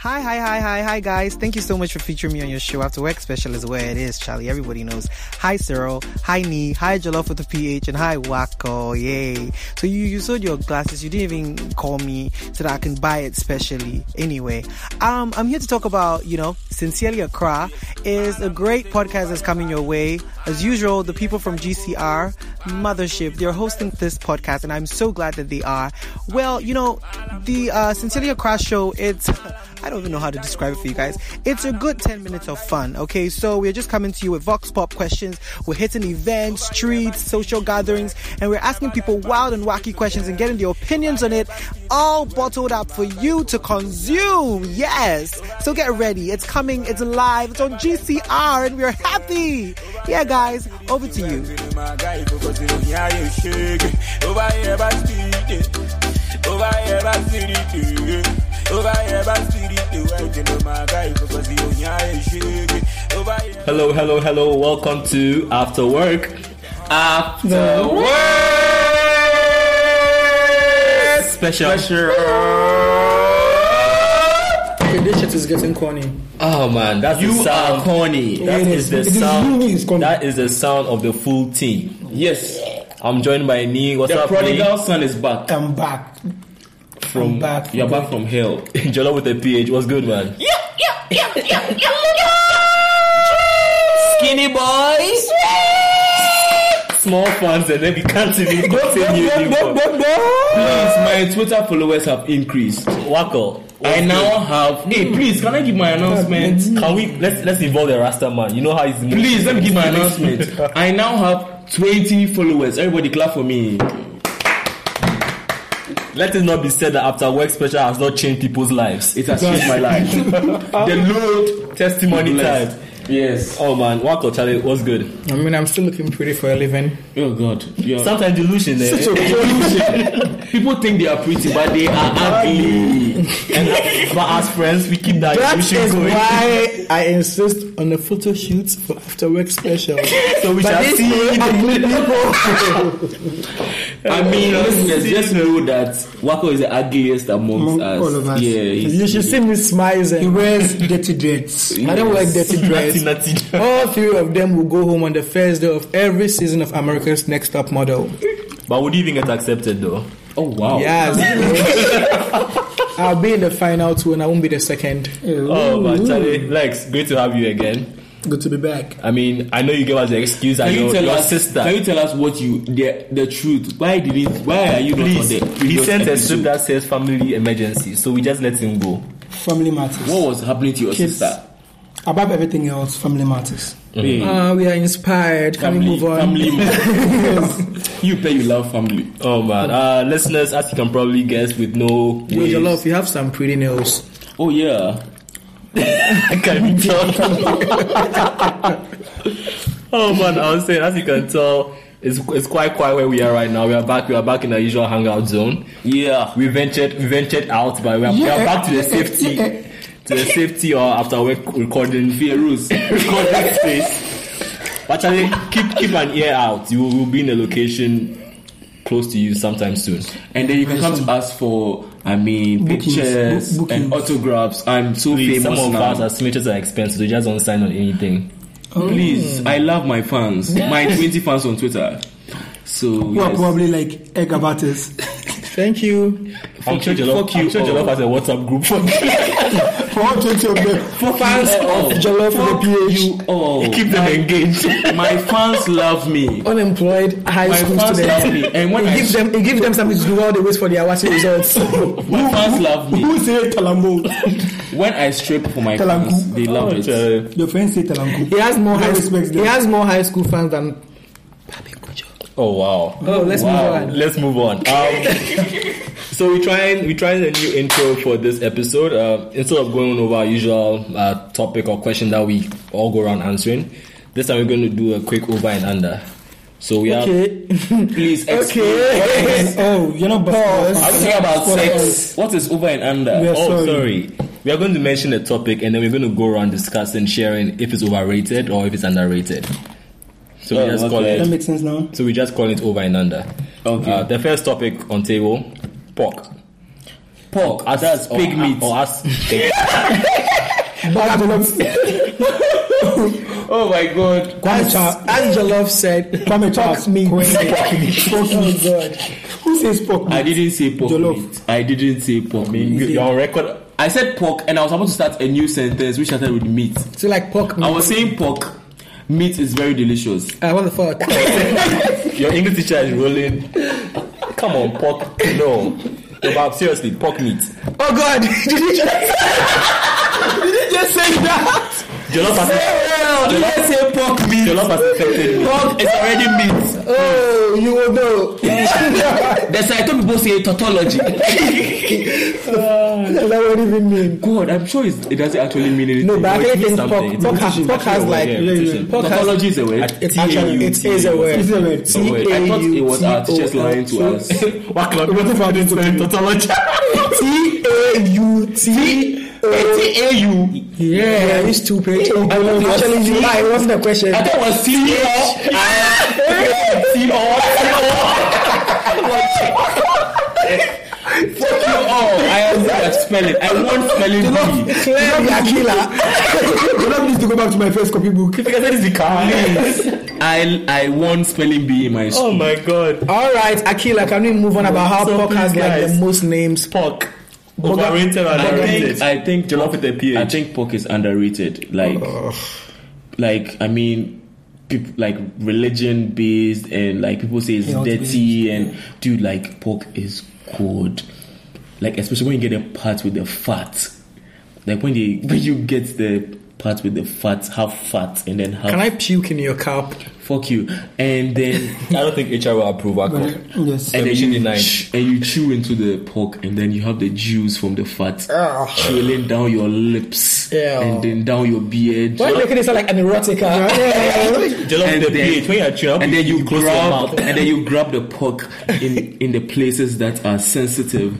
Hi, hi, hi, hi, hi, guys. Thank you so much for featuring me on your show. After Work Special is where it is, Charlie. Everybody knows. Hi, Cyril. Hi, Nee. Hi, Jollof with the PH. And hi, Wacko. Yay. So you, you sold your glasses. You didn't even call me so that I can buy it specially. Anyway, um, I'm here to talk about, you know, Sincerely Accra is a great podcast that's coming your way. As usual, the people from GCR Mothership, they're hosting this podcast and I'm so glad that they are. Well, you know, the uh, Sincerely Accra show, it's... I don't even know how to describe it for you guys. It's a good 10 minutes of fun, okay? So we're just coming to you with Vox Pop questions. We're hitting events, streets, social gatherings, and we're asking people wild and wacky questions and getting their opinions on it, all bottled up for you to consume. Yes! So get ready. It's coming, it's live, it's on GCR, and we're happy! Yeah, guys, over to you. My guy, because you don't hear you shake. Over here, but spirit. Over here, but spirit. Over here, but spirit. You know my guy, because you don't hear you shake. Over here. Hello, hello, hello. Welcome to After Work. After Work special. Okay, this shit is getting corny. Oh man, that's You the sound. are corny. That It is is. the It is sound. really is corny. that is the sound of the full team. Yes, I'm joined by Nee. What's the up, prodigal son is back. I'm back. Nee? From back. You're back from hell. Jolo with the PH. What's good, man? Skinny boys. Small fans, and then we can't even continue. anymore. Please, my Twitter followers have increased. Wackle. I now have. Hmm. Hey, please, can I give my announcement? Can we let's let's involve the Rasta man? You know how he's. Please, let me give my announcement. I now have 20 followers. Everybody clap for me. Let it not be said that after work special has not changed people's lives. It has changed my life. the load testimony Blessed. time. Yes. Oh man, Wacko Charlie, what's good? I mean, I'm still looking pretty for a living. Oh God. You're- Sometimes delusion, eh? People think they are pretty, but they are ugly. and that- but as friends, we keep that, That is illusion going. why I insist on a photo shoot for after work special. So we shall see. I mean, listeners, just know that Wako is the ugliest amongst Among us. all of us. Yeah, he's- You should see me smiling. He wears dirty dreads. I don't like dirty Nutty, dreads. nutty. All three of them will go home on the first day of every season of America's Next Top Model. But would you even get accepted though? Oh wow. Yes. I'll be in the final two and I won't be the second. Oh man, Charlie, Lex, great to have you again. Good to be back. I mean, I know you gave us the excuse that Can you your, tell your us? sister. Can you tell us what you the the truth? Why did it? Why are you please, not on the? he previous sent a strip episode? that says family emergency, so we just let him go. Family matters. What was happening to your Kids. sister? Mm-hmm. Above everything else, family matters. Hey, Uh, we are inspired. Can we move on? Family. you pay. You love family. Oh man, uh, listeners, as you can probably guess, with no With your waves. love, you have some pretty nails. Oh yeah. can be tell. oh man, I was saying, as you can tell, it's, it's quite quiet where we are right now. We are back. We are back in our usual hangout zone. Yeah. We ventured, we ventured out, but we are, we are back to the safety, to the safety or after work recording virus, recording space. But Charlie, keep keep an ear out. You will be in a location close to you sometime soon. And then you can come to us for, I mean, Bookings. pictures Book- and bookings. autographs. I'm so Please, some famous of now. us as smithers are expensive. They just don't sign on anything. Please, I love my fans. My 20 fans on Twitter. So who are yes. probably like egg abattis. Thank you. I'm sure Jollof, fuck you I'm sure all. Jollof has a WhatsApp group for For all 20 of them. for fans of Jollof with the PH. you all. keep them engaged. My fans love me. Unemployed high My school fans love me. students. And when It I gives them, it gives them something to do while they wait for their watching results. my fans love me. Who say Talambo? When I strip for my Talangu. fans, they love it. Oh, Jollof. Your friends say Talambo. he has more No high. respect He there. has more high school fans than. oh wow. Oh, let's Wow. move on. Let's move on. Um, so we trying we trying a new intro for this episode. Uh, instead of going over our usual uh, topic or question that we all go around answering, this time we're going to do a quick over and under. So we have. Okay. Please explain. okay. Oh, you're not I'm Pause. talking about sex. What is over and under? We are Oh, sorry. sorry. We are going to mention a topic and then we're going to go around discussing, sharing if it's overrated or if it's underrated. So Oh, we just call okay. it That makes sense now. So we just call it over and under. Okay. Uh, the first topic on table, pork. pork, As that's or- pig meat. or as steak. Bad jollof. oh my god. Kwame Cha. Angelov said, Kwame Cha's meat. Kwame Oh God. Who says pork I meat? didn't say pork Jollof. meat. I didn't say pork meat. You- Your record. I said pork, and I was about to start a new sentence which started with meat. so like pork meat. I was saying pork. Meat is very delicious. Ah, what the fuck? Your English teacher is rolling. Come on, pork. No. No, but seriously, pork meat. oh God! Did you just, Did you just say that? Jollof has, jollof, Let's say pork meat. jollof has affected me. Pork is already meat. Oh, you will know. That's why I told people say tautology. That don't even mean. God, I'm sure it's, it doesn't actually mean anything. No, but I it actually means think pork, something. pork, has, pork has like Yeah, repetition. pork has- Tautology is a word. It's actually it is a word. Is it right? It's a word. I thought it was our teachers lying to us. what club? What if I didn't say it? Tautology. T A U T A U. Yeah, it's stupid. Actually, you lie. It wasn't a question. I thought it was C or C Oh, I am good at spelling. I want spelling bee. Claire Yakila. Jollof needs to go back to my first copy book. I I want spelling bee in my school. my god. All right, Akila. Can we move on about how So pork has please, like the guys. most names? Pork. Overrated and I think underrated. I think Jollof with a I PH. think pork is underrated. Like, like I mean, peop, like religion based and like people say it's dirty and dude, like pork is good. Like especially when you get the part with the fat. Like when they when you get the part with the fat, have fat and then have Can I puke in your cup? fuck you and then I don't think HR will approve alcohol. Yes. and then Permission you, denied. ch- and you chew into the pork and then you have the juice from the fat Ah. trailing down your lips Ew. and then down your beard. Why are you making it sound like an erotica? Jollof and with then- a PH. When you're chewing, and then you close your grab mouth. and then you grab the pork in in the places that are sensitive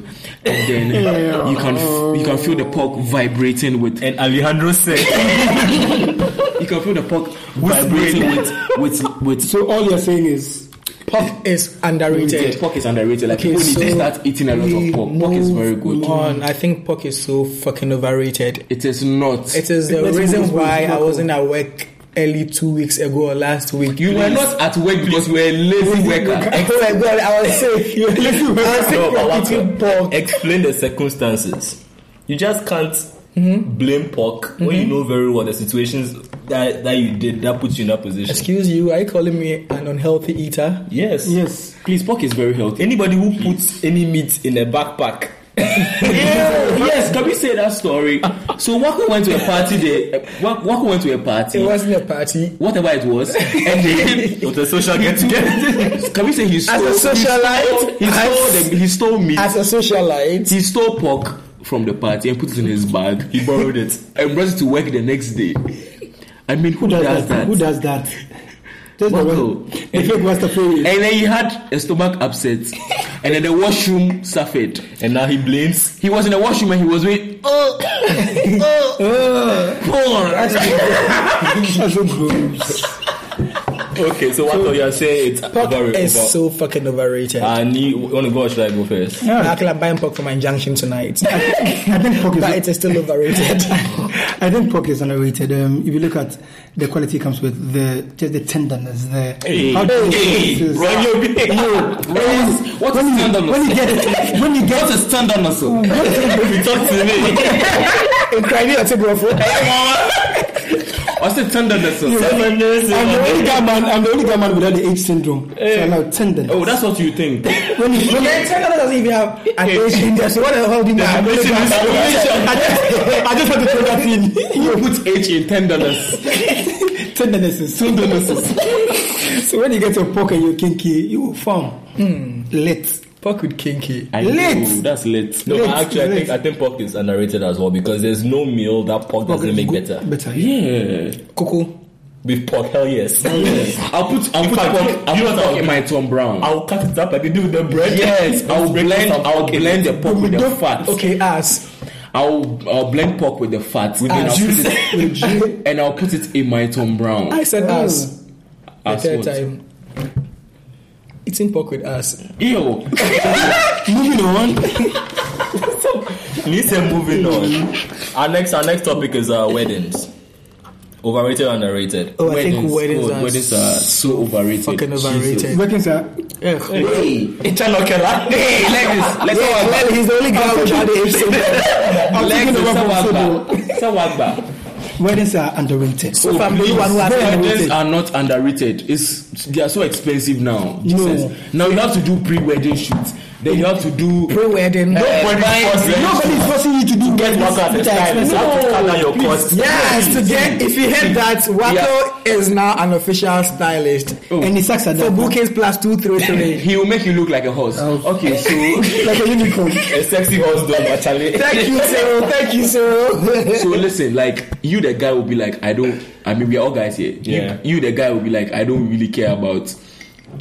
and then you can f- you can feel the pork vibrating with And Alejandro said, you can feel the pork vibrating with with with So all you're saying is Pork is yeah, underrated. pork is underrated like Okay, people need to so start eating a lot we of pork pork is very good Come on, I think pork is so fucking overrated. it is not It is the Let's move reason this way. why I wasn't at work early two weeks ago or last week. you were not at work because you were a lazy worker Oh my god, I was sick. You listen, I was sick No, but from what- eating pork. explain the circumstances. You just can't Mm-hmm. blame pork when you know very well the situations that, that you did that puts you in that position. Excuse you, are you calling me an unhealthy eater? yes. yes. please pork is very healthy Anybody who puts any meat in a backpack. yes, can we say that story? So Waku went to a party there. Wak- Waku went to a It party, wasn't a party. whatever it was, and then It was a social get together. can we say he As stole? a socialite, He stole, as, the, he stole meat. as a socialite, He stole pork from the party and put it in his bag. He borrowed it and brought it to work the next day. I mean, who, Who does, does that? Who does that? Just the Marco. one. The fake master fail. and then he had a stomach upset, and then the washroom suffered. and now he blames. He was in the washroom and he was doing. Oh, That's so gross. Okay, so what so, you are saying it's pork over- is over. so fucking overrated. I need. Want to go? Or should I go first? I feel like buying pork for my injunction tonight, I think pork but it is. is still overrated. I think pork is underrated. Um, if you look at the quality it comes with, the just the tenderness, the how the hey, is- Romeo, What is- what is tenderness? when you get it, when you get What is tenderness? oh? you talk to me. In Crimea, it's a girlfriend. What's the tenderness? oh? I'm the only guy man. I'm the only guy man without the age syndrome. So I'm now tenderness. Oh, that's what you think. when you, when Yeah, China doesn't even have an Asian there, so what the hell do you mean? I'm Asian gonna- I just, I just had to throw that in. You put H in tenderness. you, tenderness is tenderness. is- so when you get your pork and you're kinky, you will form Hmm. lit. Pork with kinky. I Lit. that's lit. No, Let's- but actually, I think let's- I think pork is underrated as well because there's no meal that pork doesn't make better. Better. Yeah. Cuckoo. With pork, hell yes. I'll put I'll In put fact, pork, you- I'll you know put what pork I'll in do? my Tom Brown. I'll cut it up like they do with the bread. yes, I'll break blend some I'll pork in blend the pork with the fat. Okay, ass. I'll I'll blend pork with the fat and, I'll put it, and I'll put it in my Tom Brown. I said ass the As third what? time. Eating pork with ass. Ew. Moving on. Listen, moving on. Our next, our next topic is uh, weddings. Overrated, underrated. Oh, I think weddings oh, are weddings are so overrated. Fucking Jesus. overrated. Oh. Working, sir. Hey, it's a local. Hey, like this. Let's go. on. Well, he's the only guy without the age I'm Legs thinking is about football. Sawagba. Sawagba. Weddings are underrated. So if I'm the one who has Weddings underrated. Oh, are not underrated. It's they are so expensive now. Jesus. Now you have to do pre-wedding shoots. Then you have to do Pre-wedding. Nobody forces you. Nobody's forcing you to do Get work at the time. You have to cut down your costs. Yes, to get, if you heard that, Wato is now an official stylist. And he sucks at For that. bookings plus 233. He will make you look like a horse. Okay, so Like a unicorn. a sexy horse dog actually. Thank you, sir. Thank you, sir. So listen, like you, the guy will be like, I don't. I mean, we are all guys here. You- Yeah. You, the guy will be like, I don't really care about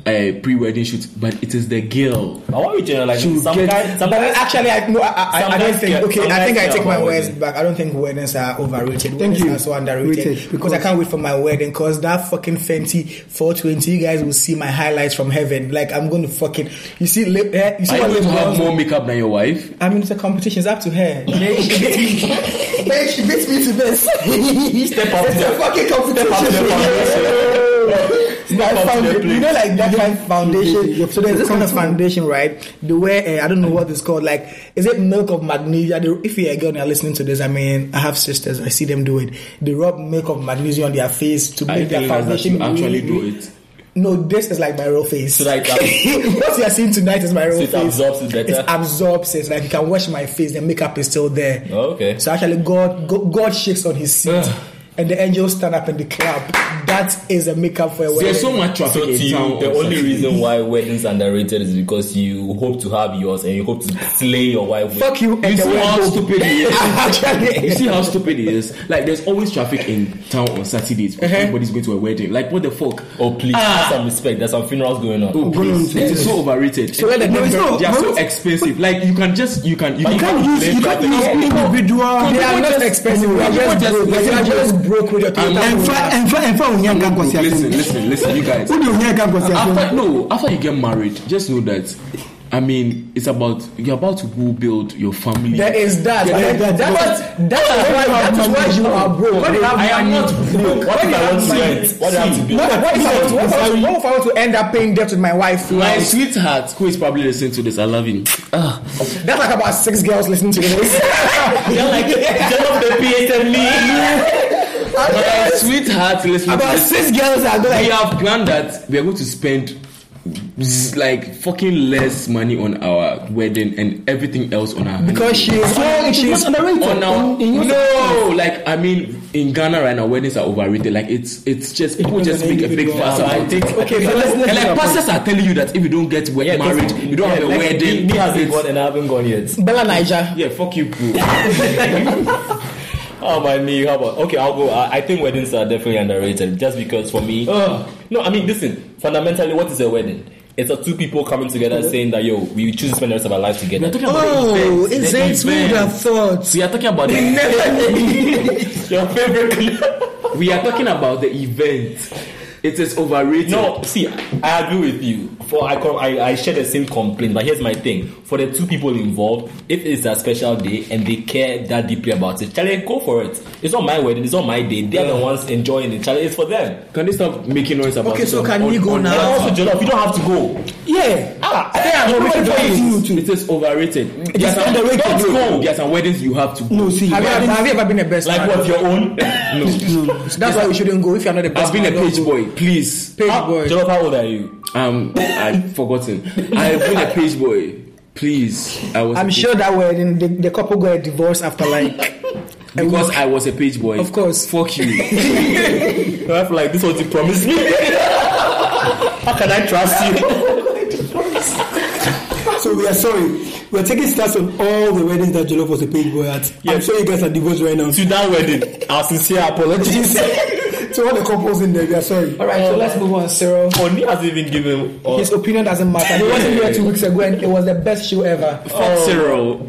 uh, pre-wedding shoots, but it is the girl. I want you to like some get- guys. Some But guys. actually, I, no, I, I, I don't Sometimes think. care- Okay, I sometimes think I care take my about words weddings. back. I don't think weddings are overrated. weddings you. are so underrated Rated, because, because- I can't wait for my wedding. Cause that fucking Fenty 420, you guys will see my highlights from heaven. Like I'm going to fucking. You see, Le- eh, you Are see you what going to have LeBron. more makeup than your wife? I mean, it's a competition. It's up to her. Man, she beats me. Man, she beats me to this. Step up It's to a fucking competition. up to the My up to the founda- plate. you know, like that kind of foundation. Mhm. So there's this kind of foundation, right? The way uh, I don't know what it's called. Like, is it milk of magnesia? They- If you're a girl and you're listening to this, I mean, I have sisters. I see them do it. They rub milk of magnesia on their face to Are you make their telling us that foundation you actually do really- it? No, this is like my real face. So like that- what you are seeing tonight is my real So it face. absorbs it better? It's absorbs it. Like you can wash my face, the makeup is still there. Okay. So actually, God, Go- God shakes on His seat, and the angels stand up and they clap. That is a makeup for a wedding. There's so much traffic So to in you, town. the only reason why weddings underrated is because you hope to have yours and you hope to slay your wife. With. Fuck you and You the see how wedding. stupid he is. You actually, see how stupid it is. Like, there's always traffic in town on Saturdays. because Everybody's going to a wedding. Like, what the fuck? Oh please, have some respect. There's some funerals going on. Oh, please. It is so overrated. So let them no, it's go. not. They are so expensive. Like, you can just you can you, can't use- you can't use individual- they are not expensive. We are just, just- broke. We are just broke with your I'm not- And fa- and fa- and fa- we have gangbusters. Listen, listen, listen, you guys. Who do we have gangbusters? After no, after you get married, just know that. I mean, it's about you're about to go build your family. There is that. Yeah, that, that- that, was- that is why, that is why you are broke. When you have I am not money- broke. What if When you I have want to money- rent? What do I have to See, do? What what if I want to- what if I want to- what if I want to end up paying debt with my wife? My Like, sweetheart, who is probably listening to this, I love you. That's like about six girls listening to this. You're like, of the PSM E. My sweetheart, listening to about this. six girls are going We like, have planned that we are going to spend z- like fucking less money on our wedding and everything else on our because honeymoon. she's so she's on our no like I mean in Ghana right now weddings are overrated like it's it's just people just make a big fuss about it Okay, so let's- and let's talk like about pastors are telling you that if you don't get we- married you don't have a like, wedding Me, me hasn't it's- gone and I haven't gone yet. Bella Niger. yeah fuck you bro Oh my knee, how about okay? I'll go. I, I think weddings are definitely underrated, just because for me, Ugh. no, I mean, listen. Fundamentally, what is a wedding? It's a two people coming together saying that yo, we choose to spend the rest of our life we are together. talking about Oh, the Oh, events, the events. thought? we are talking about the Your favorite club. We are talking about the event. It is overrated. No, see, I agree with you. For I, com- I, I share the same complaint, but here's my thing: for the two people involved, if it's a special day and they care that deeply about it, Charlie, go for it. It's not my wedding. It's not my day. They're the ones enjoying it. Charlie, it's for them. Can they stop making noise about Okay, so it can we go now? And also, Jollof, you don't have to go. Yeah. Ah, No, we everybody can do goes. it. It is overrated. It is underrated. Don't go. go. There are some weddings you have to go. No, see. Have you, weddings- have you ever been a best Like man? what, your own? no. That's why we shouldn't go if you're not the best I've been man, a don't page go. boy, please. Page Ah, boy. Jollof, how old are you? Um, I've forgotten. I've been a page boy, please. I was. I'm a page- sure that wedding, the, the couple got a divorce after like. a because week. I was a page boy. Of course. Fuck you. I'm like, this was you promised me. how can I trust you? So we are sorry. We are taking stats on all the weddings that Jollof was a page boy at. I'm Yes. sure you guys are divorced right now. to that wedding, our sincere apologies. to all the couples in there, we are sorry. All right, so let's move on, Cyril. Oni hasn't even given uh, His opinion doesn't matter. He wasn't here two weeks ago, and it was the best show ever. Fuck Ah. Cyril.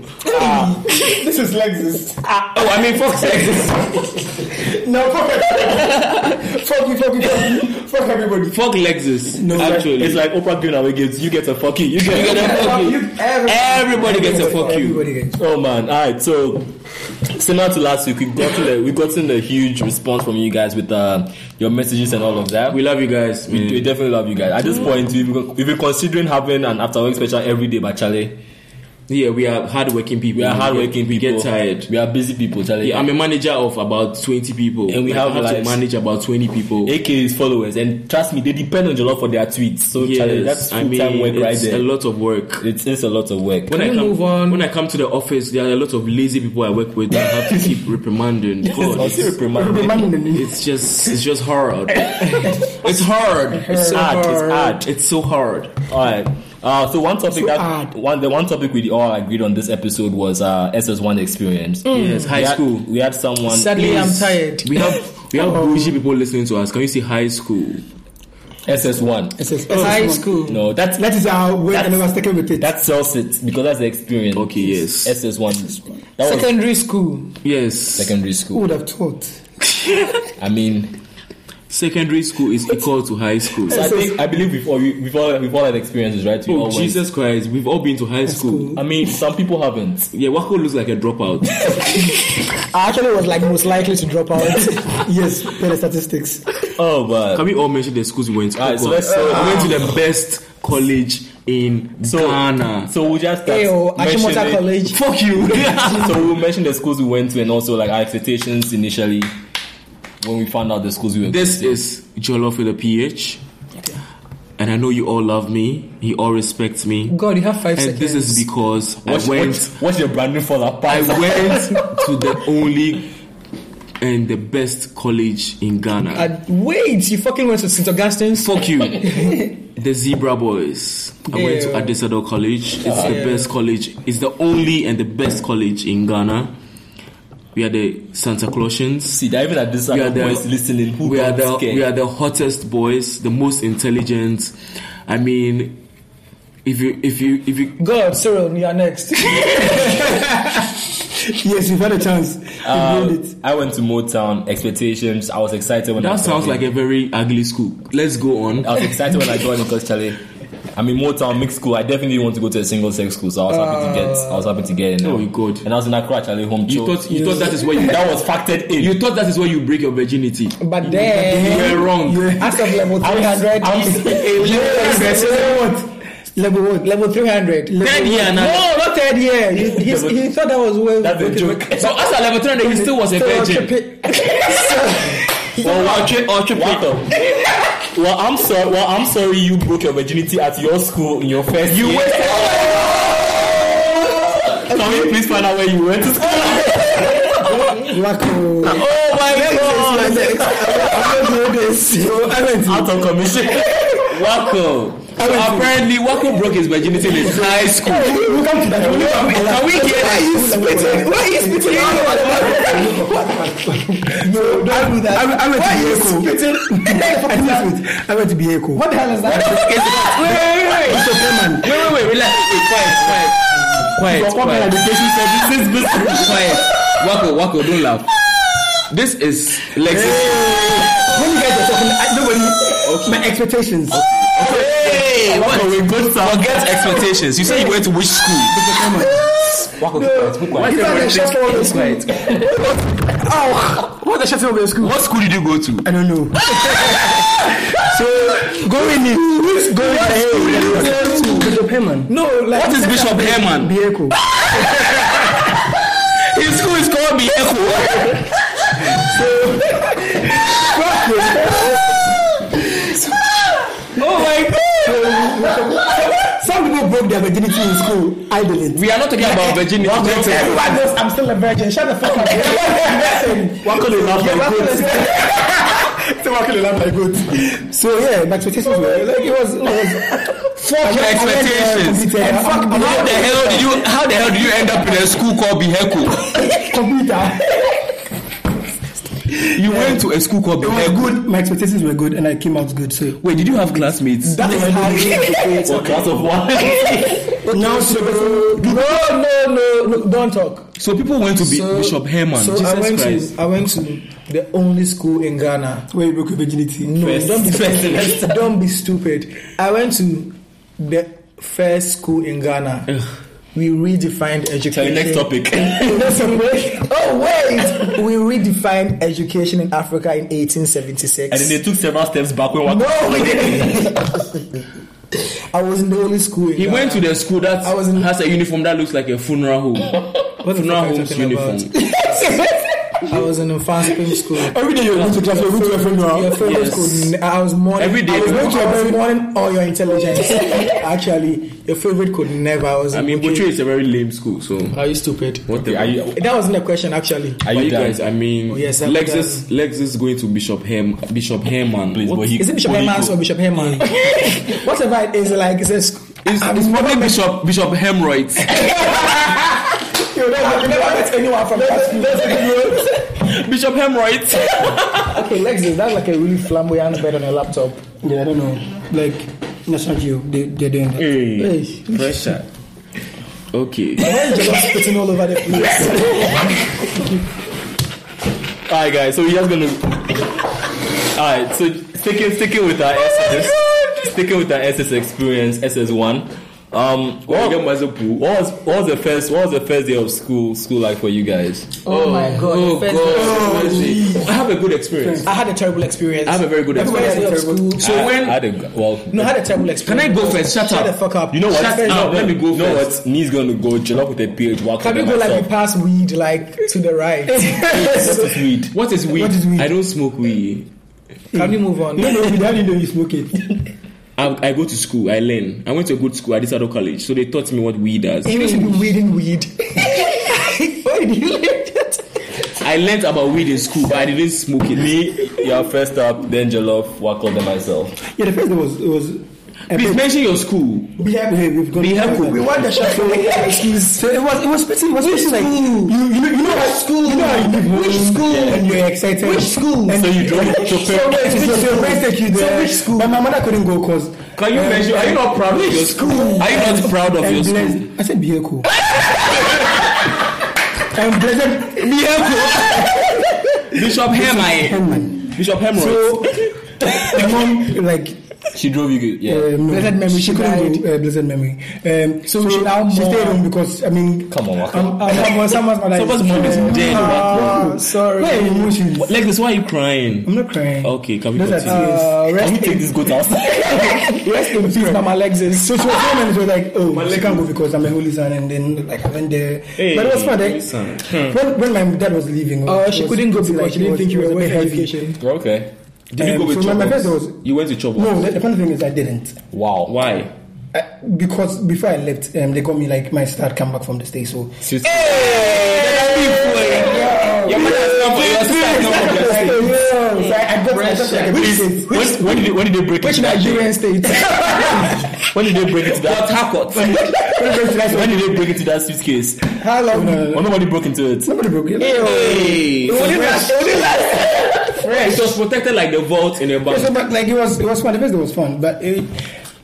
This is Lexus. Ah, oh, I mean, fuck sex. No, fuck everybody. fuck you, fuck you, fuck you. Fuck everybody. Fuck Lexus. No, No, actually, It's like Oprah giving away gifts. You get a fuck you. You get, You get a fuck you. everybody. Everybody gets a fuck you. Everybody gets. Oh man! All right, so similar to last week, we've gotten a, we've gotten a huge response from you guys with uh, your messages and all of that. We love you guys. Mm. We, we definitely love you guys. At this point, we've, been- we've been considering having an after work special every day, but Charlie, Yeah, we are hardworking people. we are hardworking Mm, we people. Get tired. We are busy people, Charlie. Yeah, I'm a manager of about 20 people, And we Like, I have to lives. manage about 20 people. AK's followers, and trust me, they depend on Jollof for their tweets. So Charlie, that's I full time mean, work right it's there. a lot of work. it's, it's a lot of work. Can When I we come, move on? when I come to the office, there are a lot of lazy people I work with that I have to keep reprimanding. God, Also it's, reprimanded. it's just it's just hard. it's hard. It's So hard. hard. It's hard. It's so hard. All right. Uh, so one topic that hard. one the one topic we all agreed on this episode was uh, SS1 experience. Yes, high we had, school. We had someone. Sadly, I'm tired. We have we have bougie people listening to us. Can you see high school? SS1. It's, it's high school. No, that's That is our way, That's- and I was taken with it. that sells it because that's the experience. Okay, yes. SS1. That was Secondary school. Yes. secondary Who school. would have thought? I mean, Secondary school is equal to high school. so I think I believe we've all we've all we've all had experiences, right? We all Oh went- Jesus Christ! We've all been to high school. I mean, some people haven't. Yeah, Wako looks like a dropout. I actually was like most likely to drop out. yes, per the statistics. Oh, but Can we all mention the schools we went to? All right, so God. let's- so- we went to the best college in so Ghana. so we'll just start Ayo, Ashimota mentioning- College. Fuck you. so we'll mention the schools we went to and also like our expectations initially when we found out the schools we went This to. is Jollof with a PH. And I know you all love me. You all respect me. God, you have five and seconds. this is because Watch, I went watch, watch your branding fall I apart. went to the only and the best college in Ghana. Uh, wait, you fucking went to St. Augustine's? Fuck you. the Zebra Boys. I went to Ew. Adesador College. It's the Yeah. best college. It's the only and the best college in Ghana. We are the Santa Clausians. See, that even at this We are other the boys listening who we are the scared. we are the hottest boys, the most intelligent. I mean, if you if you if you God, Cyril, you are next. Yes, you've had a chance. Uh, You've nailed it. I went to Motown. Expectations. I was excited when I that sounds joined. like a very ugly school. Let's go on. I was excited when I joined because Charlie. I mean, Motown mixed school. I definitely didn't want to go to a single sex school, so I was happy to get. I was happy to get in. Oh, there. good. And I was in Accra, Charlie, home. chill. You thought you thought that is where you that was factored in. you thought that is where you break your virginity. Um, But You then, were wrong. as of level I'm- 300, I'm- level what? Level 300. Level Third year now. No, not third year. You, he, he thought that was well. That's a joke. So as a level 300, you still was a virgin. Well, well, tri- or triple. well, I'm sorry. Well, I'm sorry. You broke your virginity at your school in your first. You year. wasted. Can we please find out where you went to school? Wacko. Oh my god! I'm not doing this. Out of commission. Wako. So apparently, Wako broke his virginity in his high school. We'll come to that. Can we- can we get No, don't do that. I, I went to be echo. I went to- I went to be echo. What the hell is that? Wait, wait, wait, relax. Wait, quiet, quiet. Quiet, quiet. Quiet. Wako, Wako, don't laugh. This is Lexus. When you guys are talking, I, nobody. My expectations. Hey, what? Forget expectations. You said you went to which school? Wako, quiet, be quiet. You guys are shutting up the school. Quiet. Oh, what the shutting up the school? What school did you go to? I don't know. so go in it. Go in it. Bishop Herman. No, like, What is Bishop Herman? Be echo. His school is called Bieko. oh my god. Some people broke their virginity in school. I didn't. We are not talking about virginity. Everyone knows I'm still a virgin. Shut the fuck up. Listen. One could laugh Wacko is- So one could laugh like good. So yeah, my expectations were like it was. It was fuck your expectations. And fuck How the hell did you? How the hell did you end up in a school called Biheko? computer. You went to a school called It was Biheko. good. My expectations were good, and I came out good. So Wait, did you have classmates? that is how. Well, class of one. Now, so, Oh, no, no, no, no, don't talk. So people went to be So- Bishop Herman. So Jesus I went Christ. to I went to the only school in Ghana. Where you broke your virginity. No, First- don't be first semester. stupid. don't be stupid. I went to the first school in Ghana. We redefined education. Tell you next topic. That's a break. oh wait, we redefined education in Africa in 1876. and then they Oh, took several steps back when Waka- no, we didn't. I was in the only school. In he Ghana. went to the school that I was in- has a uniform that looks like a funeral home. What the fuck funeral are you home's talking uniform. about? I was in a fancy film school. Every day you're going to class, you're going to your funeral. Your favorite Yes. could I was mourning. Every day I was you going to go I was mourning all your intelligence. Actually, your favorite could never. I was. I mean, okay. Butcher is a very lame school, so Are you stupid? what the Are you, That wasn't a question, actually. are But you, you done? guys, I mean, yes, I'm Lex is Lex is going to Bishop Hem Bishop Herman. Please, What- but he- Is it Bishop Holy Hermans Ghost. or Bishop Herman? Whatever it is, like it's a. sc- It's, I've it's never probably met- Bishop Bishop Hemroids. You never, you never met anyone from that school. Bishop Hemroids. okay, Lex, is that like a really flamboyant bed on your laptop? Yeah, I don't know. Like, National Geo, they, they're doing that. Hey, Hey. pressure. Okay. Why is just spitting all over the place? Alright, guys. So we're just gonna. Alright. So sticking sticking with our SS, sticking with our SS experience, SS one. Um, what, what was what was the first what was the first day of school school like for you guys? Oh, my god! Oh First- God! Honestly, I have a good experience. I had a terrible experience. I have a very good Everybody had a experience. terrible So school. I- when I had a, well, No, I had a terrible experience. Shut the fuck up. You know what? Shut Shut up. up. Let me go. You know what? Nee's gonna go chill up with a PH. Walk Can we go like we pass weed like to the right? what is weed? What is weed? What is weed? I don't smoke weed. Can we move on? No, no, if you don't know, you smoke it. I, I go to school. I learn. I went to a good school. I decided college, so they taught me what weed does. You need to be weeding weed. Why did you leave that? I learned about weed in school, but I didn't smoke it. Me, you're first up, then Jollof, Wacko, then myself. Yeah, the first day was, it was. Please mention your school. Behave, we've got Behave. We want the shot to excuse. So it was, it was pretty, it was pretty like, you, you, know- you know what school, you know how you live. Which school? And you're excited. Which school? So you drove to So wait, which school? take you So there? which school? But my mother couldn't go cause. um, Can you mention? Are you not proud of Uh, your school? Are you not proud of your And school? blessed, I said be cool. and blessed, Bishop Hemai. Herman. Bishop Hemroy. So my mom like she drove you. good, Yeah. um, Blessed memory, she She couldn't died. go. Uh, blessed memory. Um, so, she she now now she mourn. stayed home because I mean, Come on, Wacko. um, someone, someone's mother. Someone's mom is dead. Ah, sorry. Why are you emotional? Like this, why are you crying? I'm not crying. Okay, can we Those are continue? tears. Uh, can rest we take this goat outside? Rest in peace, Mama Mama. Alexis. So she was home and she was like, oh, she can't go because I'm a holy son. And then like I went there. but it was fun. holy eh? son. Hmm. When, when my dad was leaving, it Uh, she was couldn't go pretty, because like, she didn't it think you were it worth very heavy. education. Okay. Did you Um, go with so my- my Chobos? first was- You went to Chobos? No, the the funny thing is I didn't. Wow. Why? I, because before I left, um, they got me like my sister had come back from the States, so Sis- Your mother has come for your sister has come for your sister. So I, I got I got like a big state. When- When did they- when did they break Which it down? Nigerian state? When did they break it down? Which Nigerian state? When did they break into that suitcase? How long? Well, nobody broke into it. Nobody broke it. Hey, it was protected like the vault in a Yeah, so, bank. but like it was, it was fun. The first day was fun, but it,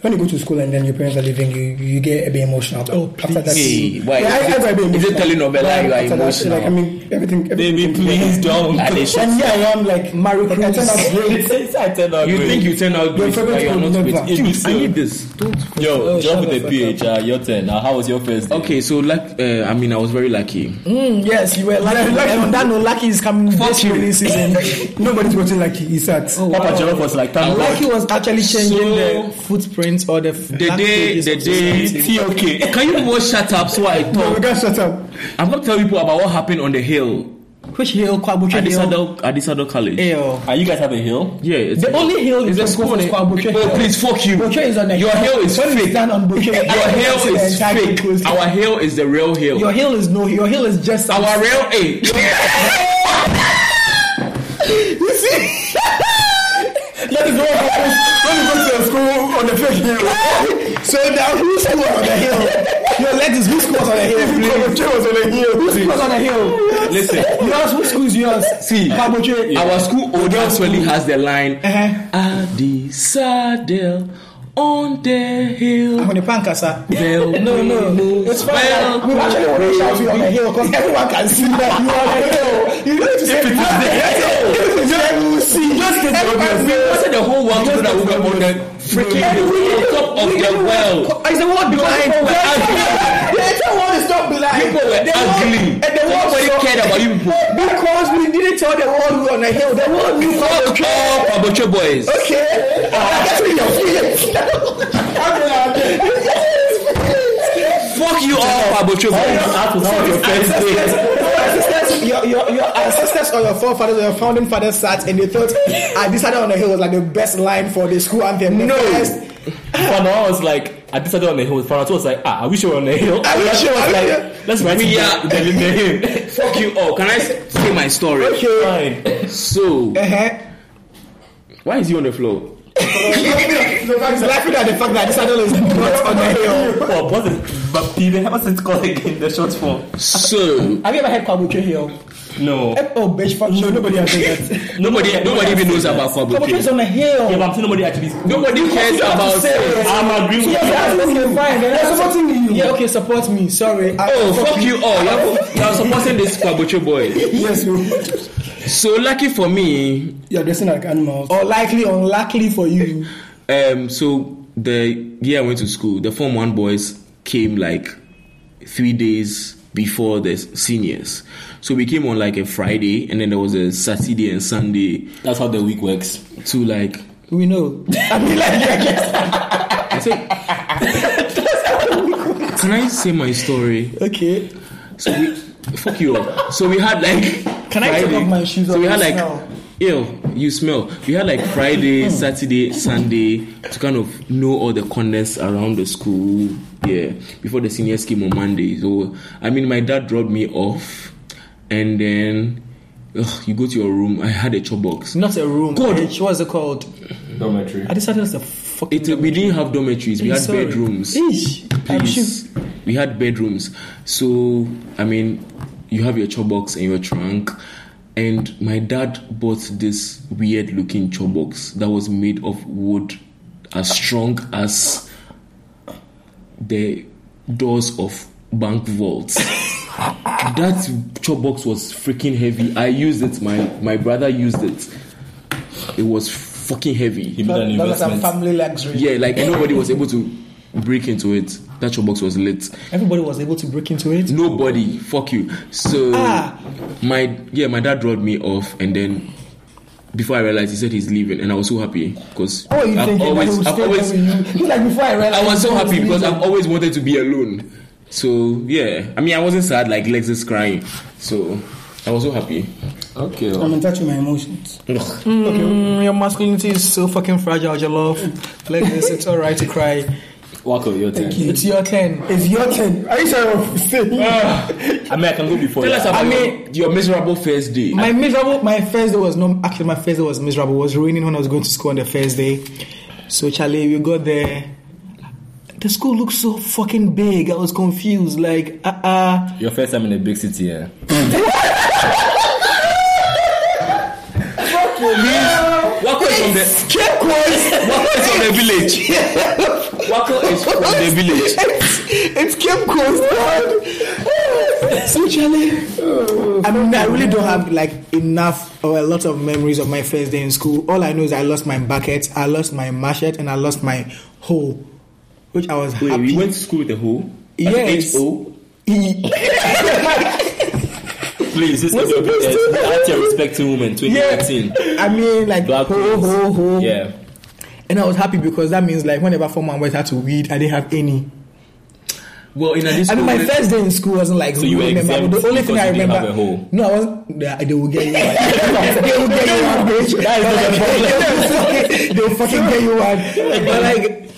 when you go to school and then your parents are leaving, you you get a bit emotional. But oh, after that, Hey, why yeah, is I, I it- got a bit is it emotional. telenovela you are after that, emotional? Like, I mean, everything. Baby, everything please don't. And yeah, I am like Mario Cruz. I turned out great. You think you turn out Your great, but favorite you're would not never. great. Dude, I need this. Oh, yo, shut drop with the the PH. Uh, your turn. Uh, how was your first day? Okay, so like, uh, I mean, I was very lucky. Mm, yes, you were lucky. lucky. And that no lucky is coming this you. rainy season. Nobody's watching like he sat. Oh, Papa Jollof was like, thank God. Lucky was actually changing So- the footprint or the The day, the day, TOK. Can you both shut up so I we talk? got shut up. I'm not telling people about what happened on the hill. Which hill? Kwabuchi hill. Adisado, Adisado College. Hill. And you guys have a hill? Yeah, it's The only hill Is you there can school go on is it? Kwabuchi Oh, hill. plext fuck you. Boche is on the Your hill is When we fake. stand on Boche, Your hill is fake. Our hill is the real hill. Your hill is no. Your hill is just Our real A. Let us go. Let us go to the school on the first hill. so now who school was on the hill? Your let us who school was on the hill? Who school was on the hill? Who school was on the hill? Listen. Yours, who school is yours? See, Kaboche. our school Odo actually has the line Uh-huh. Adisadel on the hill. on the pancasa. Bell No, no, it's fine. Well, we actually want to shout you on the hill because everyone can see that you are on the hill. You don't need to say it is the hill. You will see. Just the We wanted the whole world to know that we got on the freaking on top of the world. Is the world behind? people were The entire world is not blind. People were The world- ugly. And the world Nobody saw- cared about you people. Eh, Because we didn't tell the world we were on the hill. The world knew. Fuck Oh, Ah. all Pabocho boys. Okay. I guess we are Fuck you all Pabocho boys. your, your, your ancestors or your forefathers or your founding fathers sat and they thought "Ah, I decided on the hill was like the best line for the school anthem. The No. best. Fana was like, I decided on the hill. Fana was like, ah, I wish you were on the hill. I wish I wish- Let's write We it are- down. Then in the hill. Fuck you all. Can I s- say my story? Okay. Fine. So Uh-huh. why is he on the floor? He's laughing at the fact that this saddle is not on the hill. Well, what is but Peter? What's it called again? The short form. So Have you ever heard Kwabuche Hill? No. Yeah, Oh, bitch, fuck you. Nobody has heard that. nobody nobody even knows about Kwabuche is Pabocho. on the hill. but I'm saying nobody actually. Nobody cares about I'm agreeing with you. They're supporting you. Yeah, okay, support me. Sorry. I- Oh fuck you all. You are- You are supporting this Pabocho boy. Yes, you. So lucky for me, You're dressing like animals. Or likely, unlikely for you. um so the year I went to school, the form one boys came like three days before the seniors. So we came on like a Friday and then there was a Saturday and Sunday That's how the week works. to like We know. I mean, like, yeah, yes. I say Can I say my story? Okay. So we fuck you up. So we had like Can I take off my shoes So or we you had like smell? ew, you smell. We had like Friday, Saturday, Sunday to kind of know all the contents around the school. Yeah, before the seniors came on Monday. So I mean, my dad dropped me off, and then ugh, you go to your room. I had a chop box. Not a room. Good. What's it called? Dormitory. I decided it's a fucking. It, we didn't have dormitories. We had Sorry. bedrooms. Eesh. I'm sure. Please. We had bedrooms. So, I mean, you have your chop box and your trunk. And my dad bought this weird looking chop box that was made of wood as strong as the doors of bank vaults. that chop box was freaking heavy. I used it, my, my brother used it. It was fucking heavy. He made an That was a investment. family luxury. Yeah, like nobody was able to break into it. That box was lit. Everybody was able to break into it. Nobody, fuck you. So Ah. my yeah, my dad dropped me off, and then before I realized, he said he's leaving, and I was so happy because What were you I've thinking? always, That he I've would always, stay there with you? He's like before I realized. I was so he happy because leaving. I've always wanted to be alone. So yeah, I mean, I wasn't sad like Lex is crying, so I was so happy. Okay. I'm in touch with my emotions. mm, your masculinity is so fucking fragile, your love. Like this, it's alright to cry. Wako, your turn. It's your turn. It's your turn. Are you sorry? I mean, I can go before Um, Tell you. us about I your- mean- your miserable first day. My miserable, my first day was not actually my first day was miserable. It was raining when I was going to school on the first day. So Charlie, we got there. The school looked so fucking big. I was confused. Like, uh, uh Your first time in a big city, yeah. Wako is from the Wako is from the village. Wako is from the village. it's Cape Coast. so Charlie, I mean, I really don't have like enough or a lot of memories of my first day in school. All I know is I lost my bucket, I lost my machete, and I lost my hoe, which I was Wait, happy. we went to school with a hoe. Yes. H O. Please, this is your business. Act your respect to women. 2019. I mean, like Black ho queens. ho ho. Yeah. And I was happy because that means like whenever form one went out to weed, I didn't have any. Well, in addition, I mean, my first day in school wasn't like you were really exempt memorable. The only thing because I you didn't remember, have a hole? no, I wasn't. They, they will get you. one. they will get you one, bitch. That is they will fucking get you one. But like,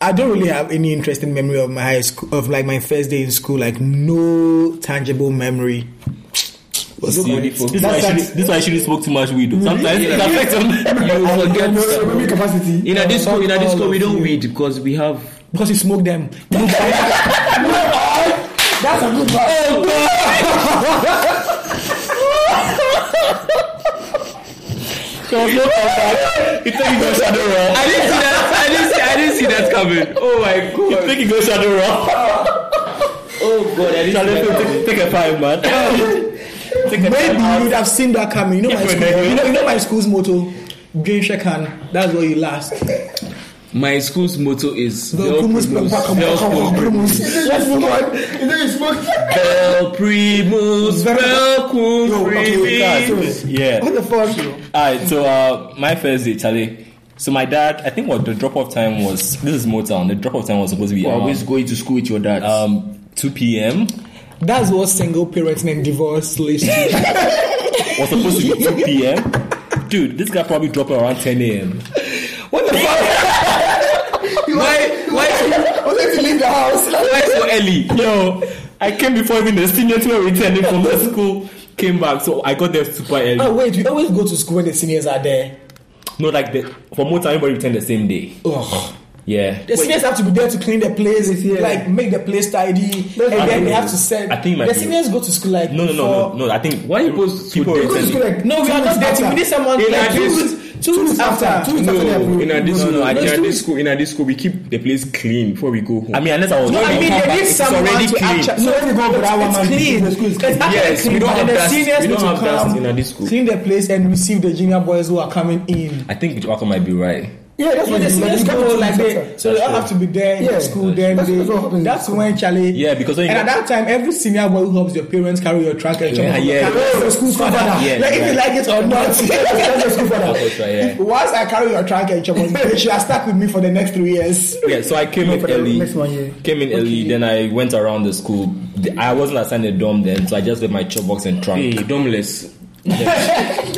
I don't really have any interesting memory of my high school, of like my first day in school. Like, no tangible memory. Was See, this is why I That's- shouldn't- this is why I shouldn't smoke too much weed. though. Sometimes it Yeah. affects them. you forget. Memory capacity. In a disco, in a disco, we don't weed because we have. because you smoke them. That's a good one. I didn't see that. I didn't see. I I didn't see that coming. Oh my god. You think you go shadow rock? oh god, I didn't take, take a five, man. Maybe you would have seen that coming. You know my school, you know, you know my school's motto, Green Shekan, that's where you last. My school's motto is The Kumus Velcro Pampa- Velcro Kumus. Let's move on. You know you spoke. Bel primus, bel cum Yo, okay, wait, guys, primus. so- Yeah. What the fuck? Alright, so uh, my first day, Charlie. So my dad, I think what the drop off time was. This is Motown. The drop off time was supposed to be around, always going to school with your dad. um 2 p.m. That's what single parenting and divorce leads to. Was supposed to be 2 p.m. Dude, this guy probably dropped around 10 a.m. What the fuck? Why? Why? I was going to leave the house. Why so early? Yo, I came before even the seniors were returning from the school. Came back, so I got there super early. Oh wait, we always go to school when the seniors are there. No, like the for Motown, everybody returned the same day. Ugh. Yeah. The seniors have to be there to clean the place, like make the place tidy, and then they have to send. I think it might the be- seniors go to school like No, no, no, for- no, no. I think why you post people Go to school like no, we are not there. We need someone In like, two addition- weeks, two weeks after. Two weeks after. they no, approve. in our this No, no, school, in no, our two this school, in our this school, we keep the place clean before we go home. I mean, unless I was. No, I mean they need someone already to clean. actually. So when you go with that one, clean. The school is clean. Yes, we don't have and the dust. seniors We need don't to have dust come in our school. clean the place and receive the junior boys who are coming in. I think Wako might be right. Yeah, that's when the seniors but you go go like to they, so they all have to be there in Yeah. the school. Then That's what they, happens. that's when Charlie. Yeah, because when you and at go- that time, every senior boy who helps your parents carry your trunk and jump Yeah, on yeah. the car, the school's father. Yeah, like if you right. like it or not, that's the school father. That's right, yeah. Once I carry your eh, trunk and jump on, the car, she has stuck with me for the next three years. Yeah, so I came in for the early. next one, yeah. Came in early, then I went around the school. The- I wasn't assigned a dorm then, so I just left my chop box and trunk. hey, domless.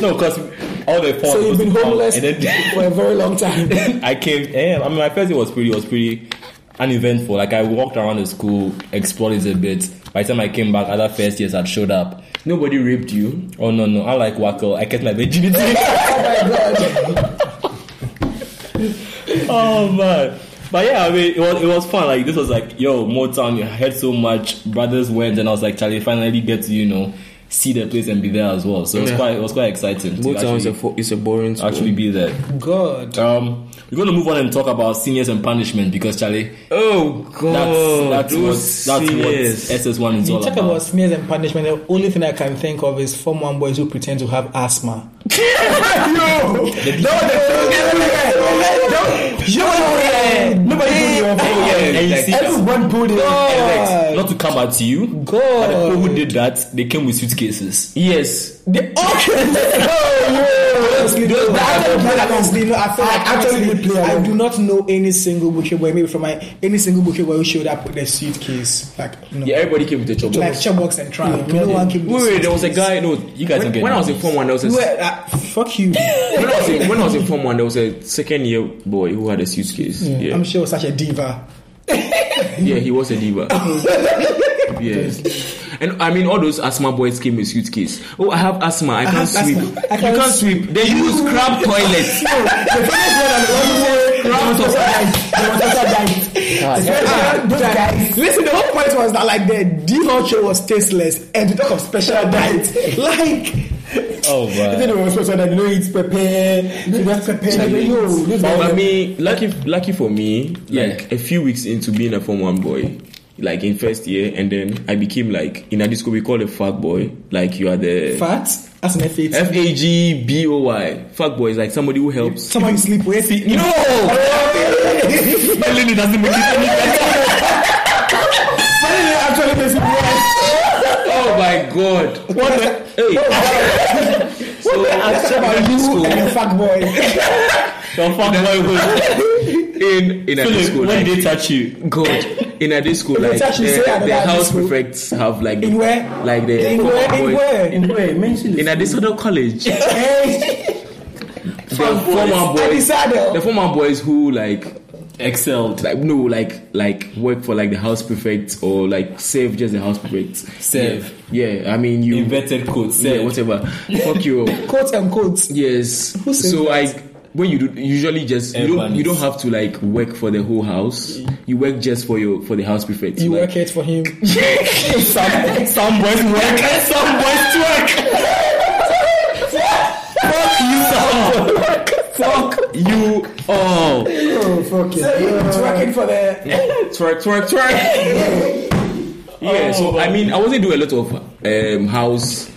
No, because all the four So was you've been out, homeless And then for a very long time. I came. Yeah, I mean, my first day was pretty was pretty uneventful. Like I walked around the school, explored it a bit. By the time I came back, other first years had showed up. Nobody raped you. Oh no no! I like Wacko. I kept my virginity. oh man. But yeah, I mean, it was it was fun. Like this was like, yo, Motown. I heard so much. Brothers went, and I was like, Charlie, finally get to you know see the place and be there as well. So it was Yeah. quite it was quite exciting. to Motown is a actually, fo- is a boring school. actually be there. God. Um, we're gonna move on and talk about seniors and punishment because Charlie, oh god, that's that's those what that's seniors. what SS one is You all talk about. about smears and punishment. The only thing I can think of is form one boys who pretend to have asthma. Nobody put Oh, yeah, and you see- Everyone pulled it. Alex, not to come at you. But the people who did that, they came with suitcases. yes, They all came. Honestly, no, I don't know, honestly, no, I feel I like actually honestly, play I along. do not know any single bookie boy, maybe from my any single bookie boy who showed up with their suitcase, like no, yeah, everybody came with the chop like box. chubbox and trunk. no one came. Wait, wait, there was a guy. No, You guys don't when, get when I was names. in form one, there was a Well, uh, fuck you. when I was in, when I was in form one, there was a second year boy who had a suitcase. Yeah, I'm sure such a diva. yeah, he was a diva. yes, and I mean all those asthma boys came with suitcase. Oh, I have asthma. I can't have sweep. asthma. I you can't can't sweep. Then you use crab toilets. Round of guys. There was other guys. Those guys. Listen, the whole point was that like the D show was tasteless and we talk of special diets. Like Oh, wow. They don't know special diet, you know it's pepper, you just pepper, you know, yo, this But I guy- mean, lucky, lucky for me, like Yeah. a few weeks into being a Form One boy, like in first year, and then I became like in a disco we call a fag boy. Like you are the fat as an effect. F A G B O Y. Fag boy is like somebody who helps. Someone you sleep with. No, Suddenly doesn't make it any oh my god. What? the- Oh, Hey, so That's about you and a fat boy. Your fuck boy in in a disco, When like, they touch you, god. In a disco, like it's actually say the, another the house disco. prefects have like In where? like the In fag where? In boys. where? In where? Mention in this. a disco college. Hey, eh? the former I boys, decided. the former boys who like excelled. like no like like work for like the house prefect or like serve just the house prefect Serve. yeah, yeah, i mean you Inverted quotes. yeah, whatever fuck you Quotes and quotes. yes said so i when you do usually just you don't, you don't have to like work for the whole house you work just for your for the house prefect You like, work it for him. Some, some boys work and some boys twerk. Fuck you, some. Fuck you, Oh, Oh, fuck it. Twerking for the. twerk, twerk, twerk. yeah, so I mean, I wasn't do a lot of um, house.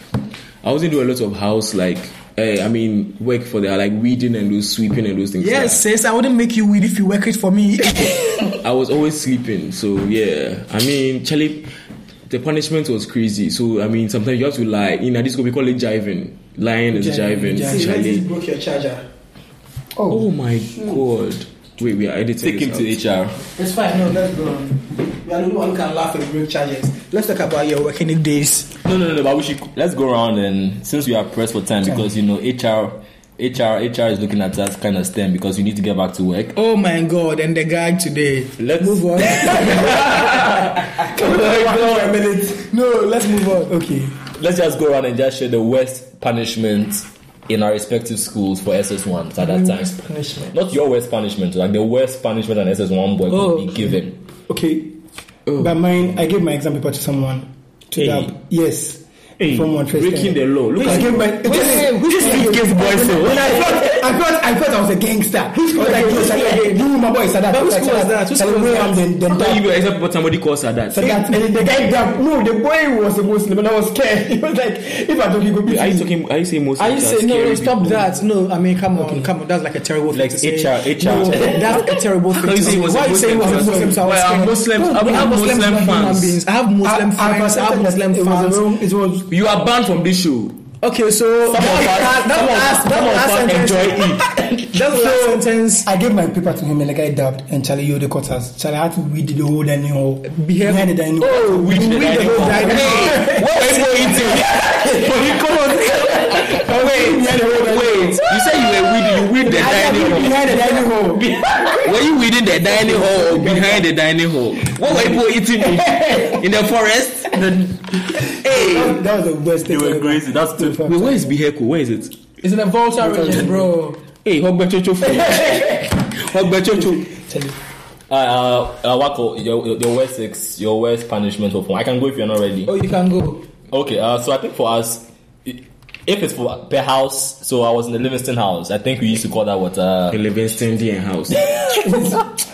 I wasn't do a lot of house like. Uh, I mean, work for the like weeding and those sweeping and those things. Yes, sis, I wouldn't make you weed if you work it for me. I was always sleeping, so yeah. I mean, Charlie, the punishment was crazy. So I mean, sometimes you have to lie. In a disco, we call it jiving. Lying is jiving. jiving. Charlie. broke your charger. Oh my god. Wait, we are take editing. this him out. to HR. It's fine, no, let's go on. You are the only one who can laugh at broke chargers. Let's talk about your working days. No, no, no, no. But we should let's go around and since we are pressed for time because you know HR, HR, HR is looking at us kind of stern because we need to get back to work. Oh my god, and the guy today. Let's- move on. Can we go on for a minute? No, let's move on. Okay. Let's just go around and just share the worst punishment in our respective schools for SS ones at that time. Punishment. Not your worst punishment, like the worst punishment an SS one boy Oh. could be given. Okay. Oh. But mine, I gave my exam paper to someone. To Hey. them. Yes. from one Breaking the law. Look I at gave my. This is against boys. I thought, I thought, I thought I was a gangster. Who's called like, yes, like, you, my boy, Sadat. But who school was that? Who school was that? Then, then How you that. go except what somebody calls her that. Sadat. And then the guy jumped. No, the boy was a Muslim, and I was scared. He was like, if I don't, he could be. Are you talking? Are you saying most? I things are say no, scary no, stop people? that. No, I mean, come on, come on. That's like a terrible Like thing to say. HR, HR. No, that's a terrible thing. you to say say. it was a Why you say it was a Muslim? Muslim? So I was Well, scared. I'm Muslim. No, I we have Muslim Muslims as human fans. beings. I have Muslim I- I've friends. I have Muslim accepted it was a fans. wrong- it was You are banned from this show. Okay, so Some of us, some of us, some of us enjoy it. That's the last sentence. I gave my paper to him and the guy dabbed and Charlie you the quarters. Charlie had to weed the whole dining hall. Behave. Behind the dining hall. Oh, we the dining hall. Hey, What were you eating? But he comes. Wait, wait. You say you were weeding. You weed the dining hall. Behind the dining hall. Were you weeding the dining hall or behind the dining hall? What were people eating in, in the forest? hey, That was the worst thing. ever. That's too. Wait, where is Biheko? Where is it? It's in a Volta region, bro. Hey, Hogbechocho food. Hogbechocho. Uh, uh, uh, Wako, your, your- your worst ex, your worst punishment for I can go if you're not ready. Oh, you can go. Okay, uh, so I think for us, i- if it's for per house, so I was in the Livingston house. I think we used to call that what uh, Livingston Indian house. I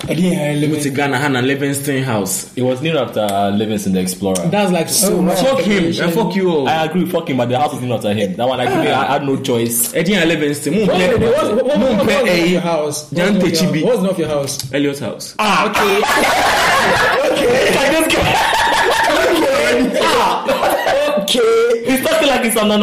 didn't have limit. It's a Ghana Hana Livingston house. it was named after uh, Livingston the Explorer. That's like so much. Fuck him and fuck you all. I agree, fuck him, but the house was named after him. That one I couldn't, I had no choice. Edian Livingston. Mo Wait, wait, wait, What's mpɛ- what- what- mo what's the mpɛ name of your ɛyi house? Jan What's the name of your Techibi. house? What's not your house? Elliot house. Ah, okay. He's talking like he's on an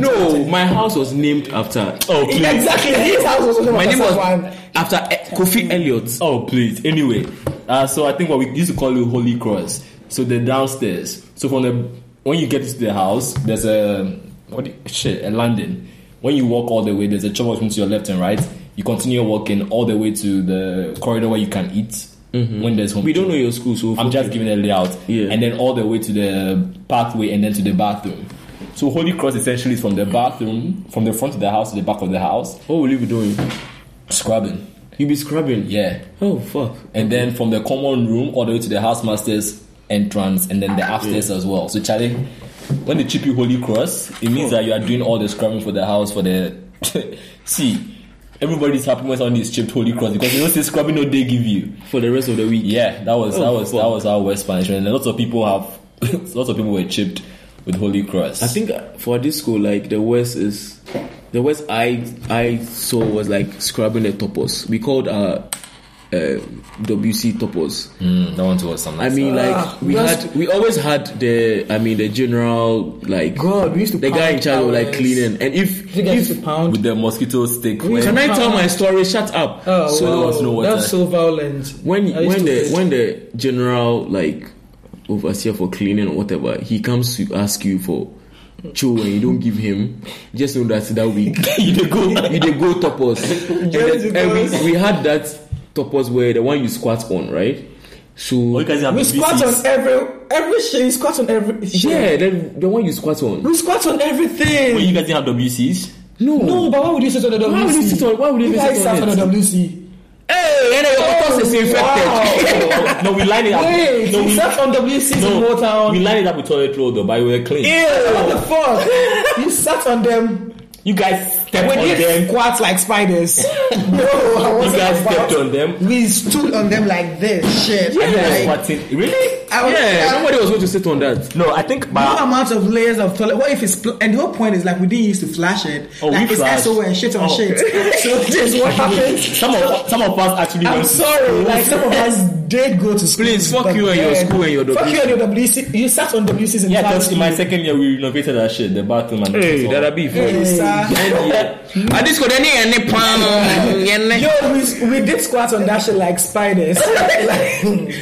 No, my house was named after. Oh please, Exactly. His house was also My not name was someone. after eh, Kofi Elliot. oh please. Anyway, uh, so I think what we used to call it Holy Cross. So the downstairs. So from the when you get to the house, there's a what do you- shit a landing. When you walk all the way, there's a chop room to your left and right. You continue walking all the way to the corridor where you can eat. When there's home, Mm-hmm. We don't know your. your school, so I'm just giving a layout. Yeah. And then all the way to the pathway and then to the bathroom. So Holy Cross essentially is from the bathroom, from the front of the house to the back of the house, What will you be doing? scrubbing. You be scrubbing. Yeah. Oh fuck. And then from the common room all the way to the house master's entrance and then the upstairs as well. So Charlie, when they chip you Holy Cross, it means that you are doing all the scrubbing for the house for the see. Everybody's happy when someone is chipped Holy Cross because they don't say scrubbing no they give you. For the rest of the week. Yeah, that was that Oh, was fuck. that was our worst punishment. And lots of people have lots of people were chipped with Holy Cross. I think uh, for this school, like the worst is the worst I I saw was like scrubbing the toppers. We called uh, uh WC toppers. mm, that one too was some. I nice mean, stuff. like we Ah, that's- had we always had the I mean the general like God, we used to the guy in pound charge was like towels. cleaning and if You guys used if to pound. with the mosquito stick. When, can I tell my story? Shut up. Oh, so there wow. was no water. That's so violent. when I used when to the hate- when the general like overseer for cleaning or whatever he comes to ask you for chew and you don't give him just know that that week you dey go you dey go toppers and, then, and we, we had that toppers where the one you squat on right so Oh, you guys have we the squat VCs. on every every shit. We squat on every shit. yeah then the one you squat on We squat on everything. When you guys didn't have WCs. no No, but why would you sit on the WC? why would you sit on why would you You even guys sit sat on on the Oh, it WC. hey and then your toppers is infected no, we lined it up. Wait, no, you we, sat on WC in no, we Motown. lined it up with toilet roll though, but we were clean. What the fuck? you sat on them. You guys stepped we on did them. squats like spiders. no, I You wasn't guys about- stepped on them. We stood on them like this. Shit. Yeah, Like, squatting. Really? I was, Yeah, I- nobody was going to sit on that. No, I think no my amount of layers of toilet. What if it's pl- and the whole point is like we didn't used to flash it. Oh, like we it's flashed. SO and shit on Oh. shit. So this is what happened. some of some of us actually I'm went to sorry. school. Like some of us did go to school. Please, fuck but you and your then- school and your Fuck you WC. and your WC. You sat on WCs in Yeah, primary because in my school. second year we renovated our shit, the bathroom and Hey, all. that'll be Hey, fun. sir. I just got any any plan. Yo, we, we did squats on that shit like spiders. Like-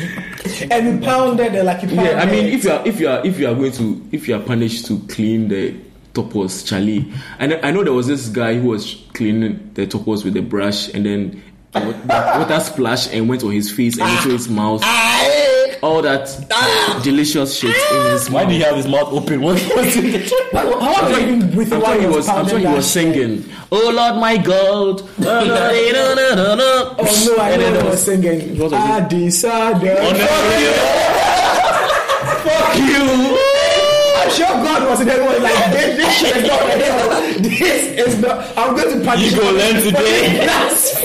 and we pounded it like you pounded. Yeah, I mean, if you are if you are if you are going to if you are punished to clean the toppers, Charlie. I know, I know there was this guy who was cleaning the toppers with a brush, and then the wa- the water splashed and went on his face and into his mouth. All that delicious shit in his Why mouth. did he have his mouth open? What was it? how was I even breathing I'm while sure he you was. I'm sure he pounding was that singing. Oh Lord, my God. Oh no, I And know then there they were was- singing. What was it? Addis Ababa. Fuck you. I'm sure God was in there. was like, this, this shit is not real. This is not. I'm going to punish You go learn today. That's-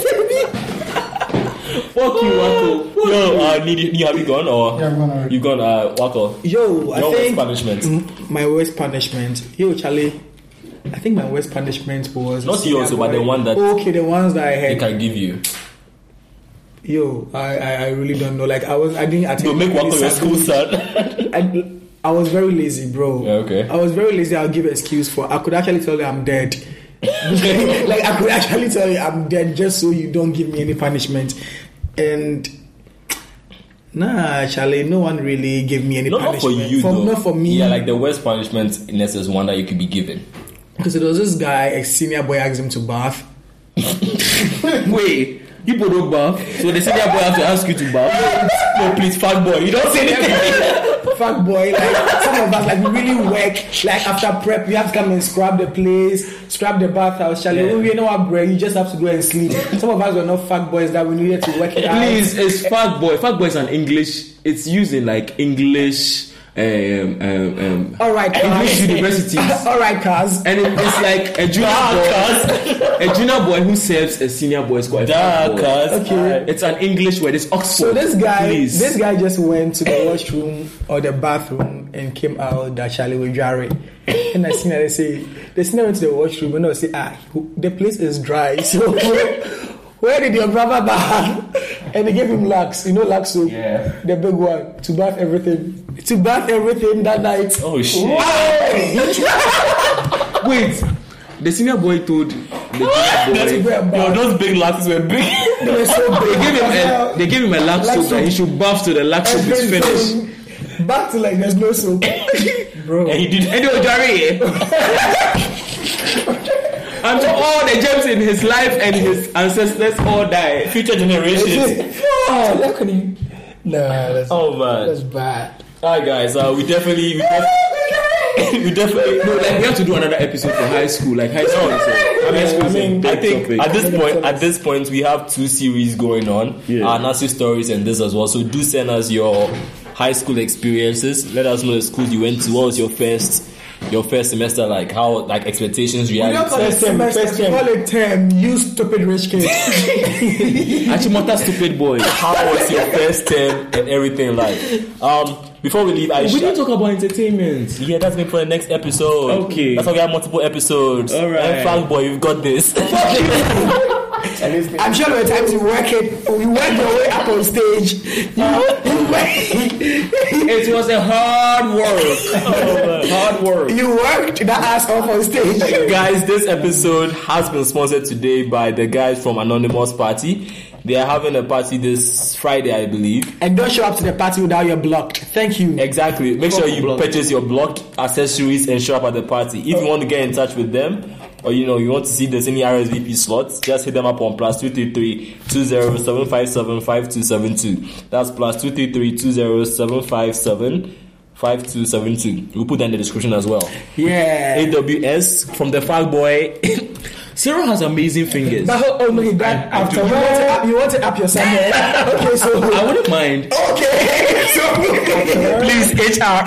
Fuck you, Wacko. Yo, uh, need, you- need, have you gone or Yeah, I'm gone already. you gone, uh, Wacko? Yo, I Your worst think punishment. Mm, my worst punishment. Yo, Charlie. I think my worst punishment was Not yours, but the one that- okay, the ones that I They had. can give you. Yo, I, I I really don't know. Like I was, I didn't attend. Yo, make any Wacko your school service. son. I, I was very lazy, bro. Yeah, okay. I was very lazy. I'll give excuse for. I could actually tell you I'm dead. like I could actually tell you I'm dead, just so you don't give me any punishment. And nah, Charlie, no one really gave me any not, not for punishment. you, though. Not for me. Yeah, like the worst punishment in essence, one that you could be given. because there was this guy, a senior boy, asked him to bath. Wait, you put up bath. So the senior boy have to ask you to bath. no, please, fat boy, you don't say anything. Fuck boy, like some of us like we really work. Like after prep, you have to come and scrub the place, scrub the bathhouse. Charlie, Yeah. we know our break. You just have to go and sleep. Some of us were not fuck boys that we needed to work it out. Please, it's fat boy. Fat boy is an English. It's used in like English, um, um, um, All right, English cuz. universities. All right, cuz. And it, it's like a junior boy, a junior boy who serves a senior boy is called a fat boy. Okay. It's an English word. It's Oxford. So this guy, please. this guy just went to the washroom or the bathroom and came out that Charlie was dry. And I seen that they say the senior went to the washroom and I say, ah, who- the place is dry. So where did your brother bath? And they gave him lax, you know, lax soap, Yeah. the big one to bath everything, to bath everything that night. Oh, shit. wait. The senior boy told the That's junior boy. where Yo, bath. those big lasses were big. They were so big. They gave him a, they gave him a lap Lap soap soap. that he should bath to the lap soap is finished. finished. Back to like there's no soap, bro. and he did. Anyway, Jerry. Until all the gems in his life and his ancestors all die. Future generations. Oh, look at him. No, that's, Oh man. that's bad. Alright guys, uh, we definitely we, def- we definitely No, like we have to do another episode for high school. Like high school. is a- I mean, high school is a I big think topic. at this point, at this point, we have two series going on: Yeah. our nasty stories and this as well. So do send us your high school experiences. Let us know the schools you went to. What was your first, your first semester like? How like expectations, We don't reality? call it semester, we call it term. You stupid rich kid. Achimota stupid boy. How was your first term and everything like? Um, before we leave, I We didn't talk about entertainment. yeah, that's me for the next episode. Okay. that's why we have multiple episodes. All right. and Frank boy, you've got this. I'm sure there were times you work it, you work your way up on stage. You, you, It was a hard work. Oh, hard work. you worked that ass off on stage. guys, this episode has been sponsored today by the guys from Anonymous Party. They are having a party this Friday, I believe. And don't show up to the party without you're blocked. Thank you. Exactly. Make sure you purchase your blocked accessories and show up at the party. If you want to get in touch with them, or you know you want to see if there's any RSVP slots, just hit them up on plus two three three two zero seven five seven five two seven two. That's plus two three three two zero seven five seven five two seven two. We'll put that in the description as well. Yeah. AWS from the Fag Boy. Cyril has amazing fingers. But ho- oh no, that after you want, to up, you want to up your somewhere. okay, so I wouldn't mind. okay, so Please, HR.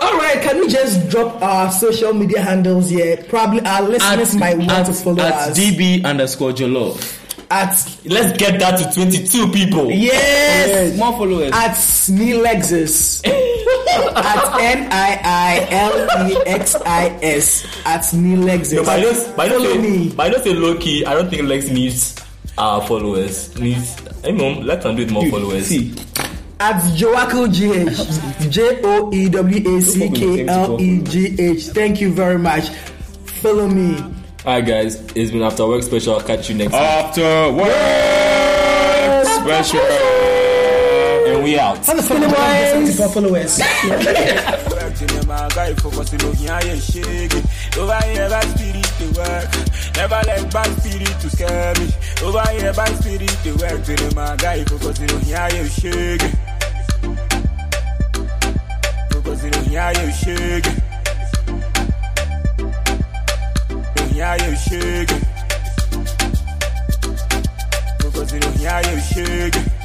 all right, can we just drop our social media handles here? Probably our listeners might want at, to follow at us. DB underscore Jollof. at Let's get that to 22 people. yes, More followers. at Snilexis. at N I I L E X I S. At Snilexis. No, by not by not Follow saying, me. by not saying low key, I don't think Lex needs uh, followers. Needs, I know, Lex can do it more followers. See, At Joaco GH. J O E W A C K L E G H. Thank you very much. Follow me. Alright, guys, it's been After Work Special. I'll catch you next time. After work special. And we out. Followers. work to them, my guy focus on looking how you shake it. Over here, by spirit to work. Never let bad spirit to scare me. Over here, by spirit to work to them, my guy focus on looking how you shake it. Focus on looking how you shake it. Looking how you shake it. Focus on looking how you shake it.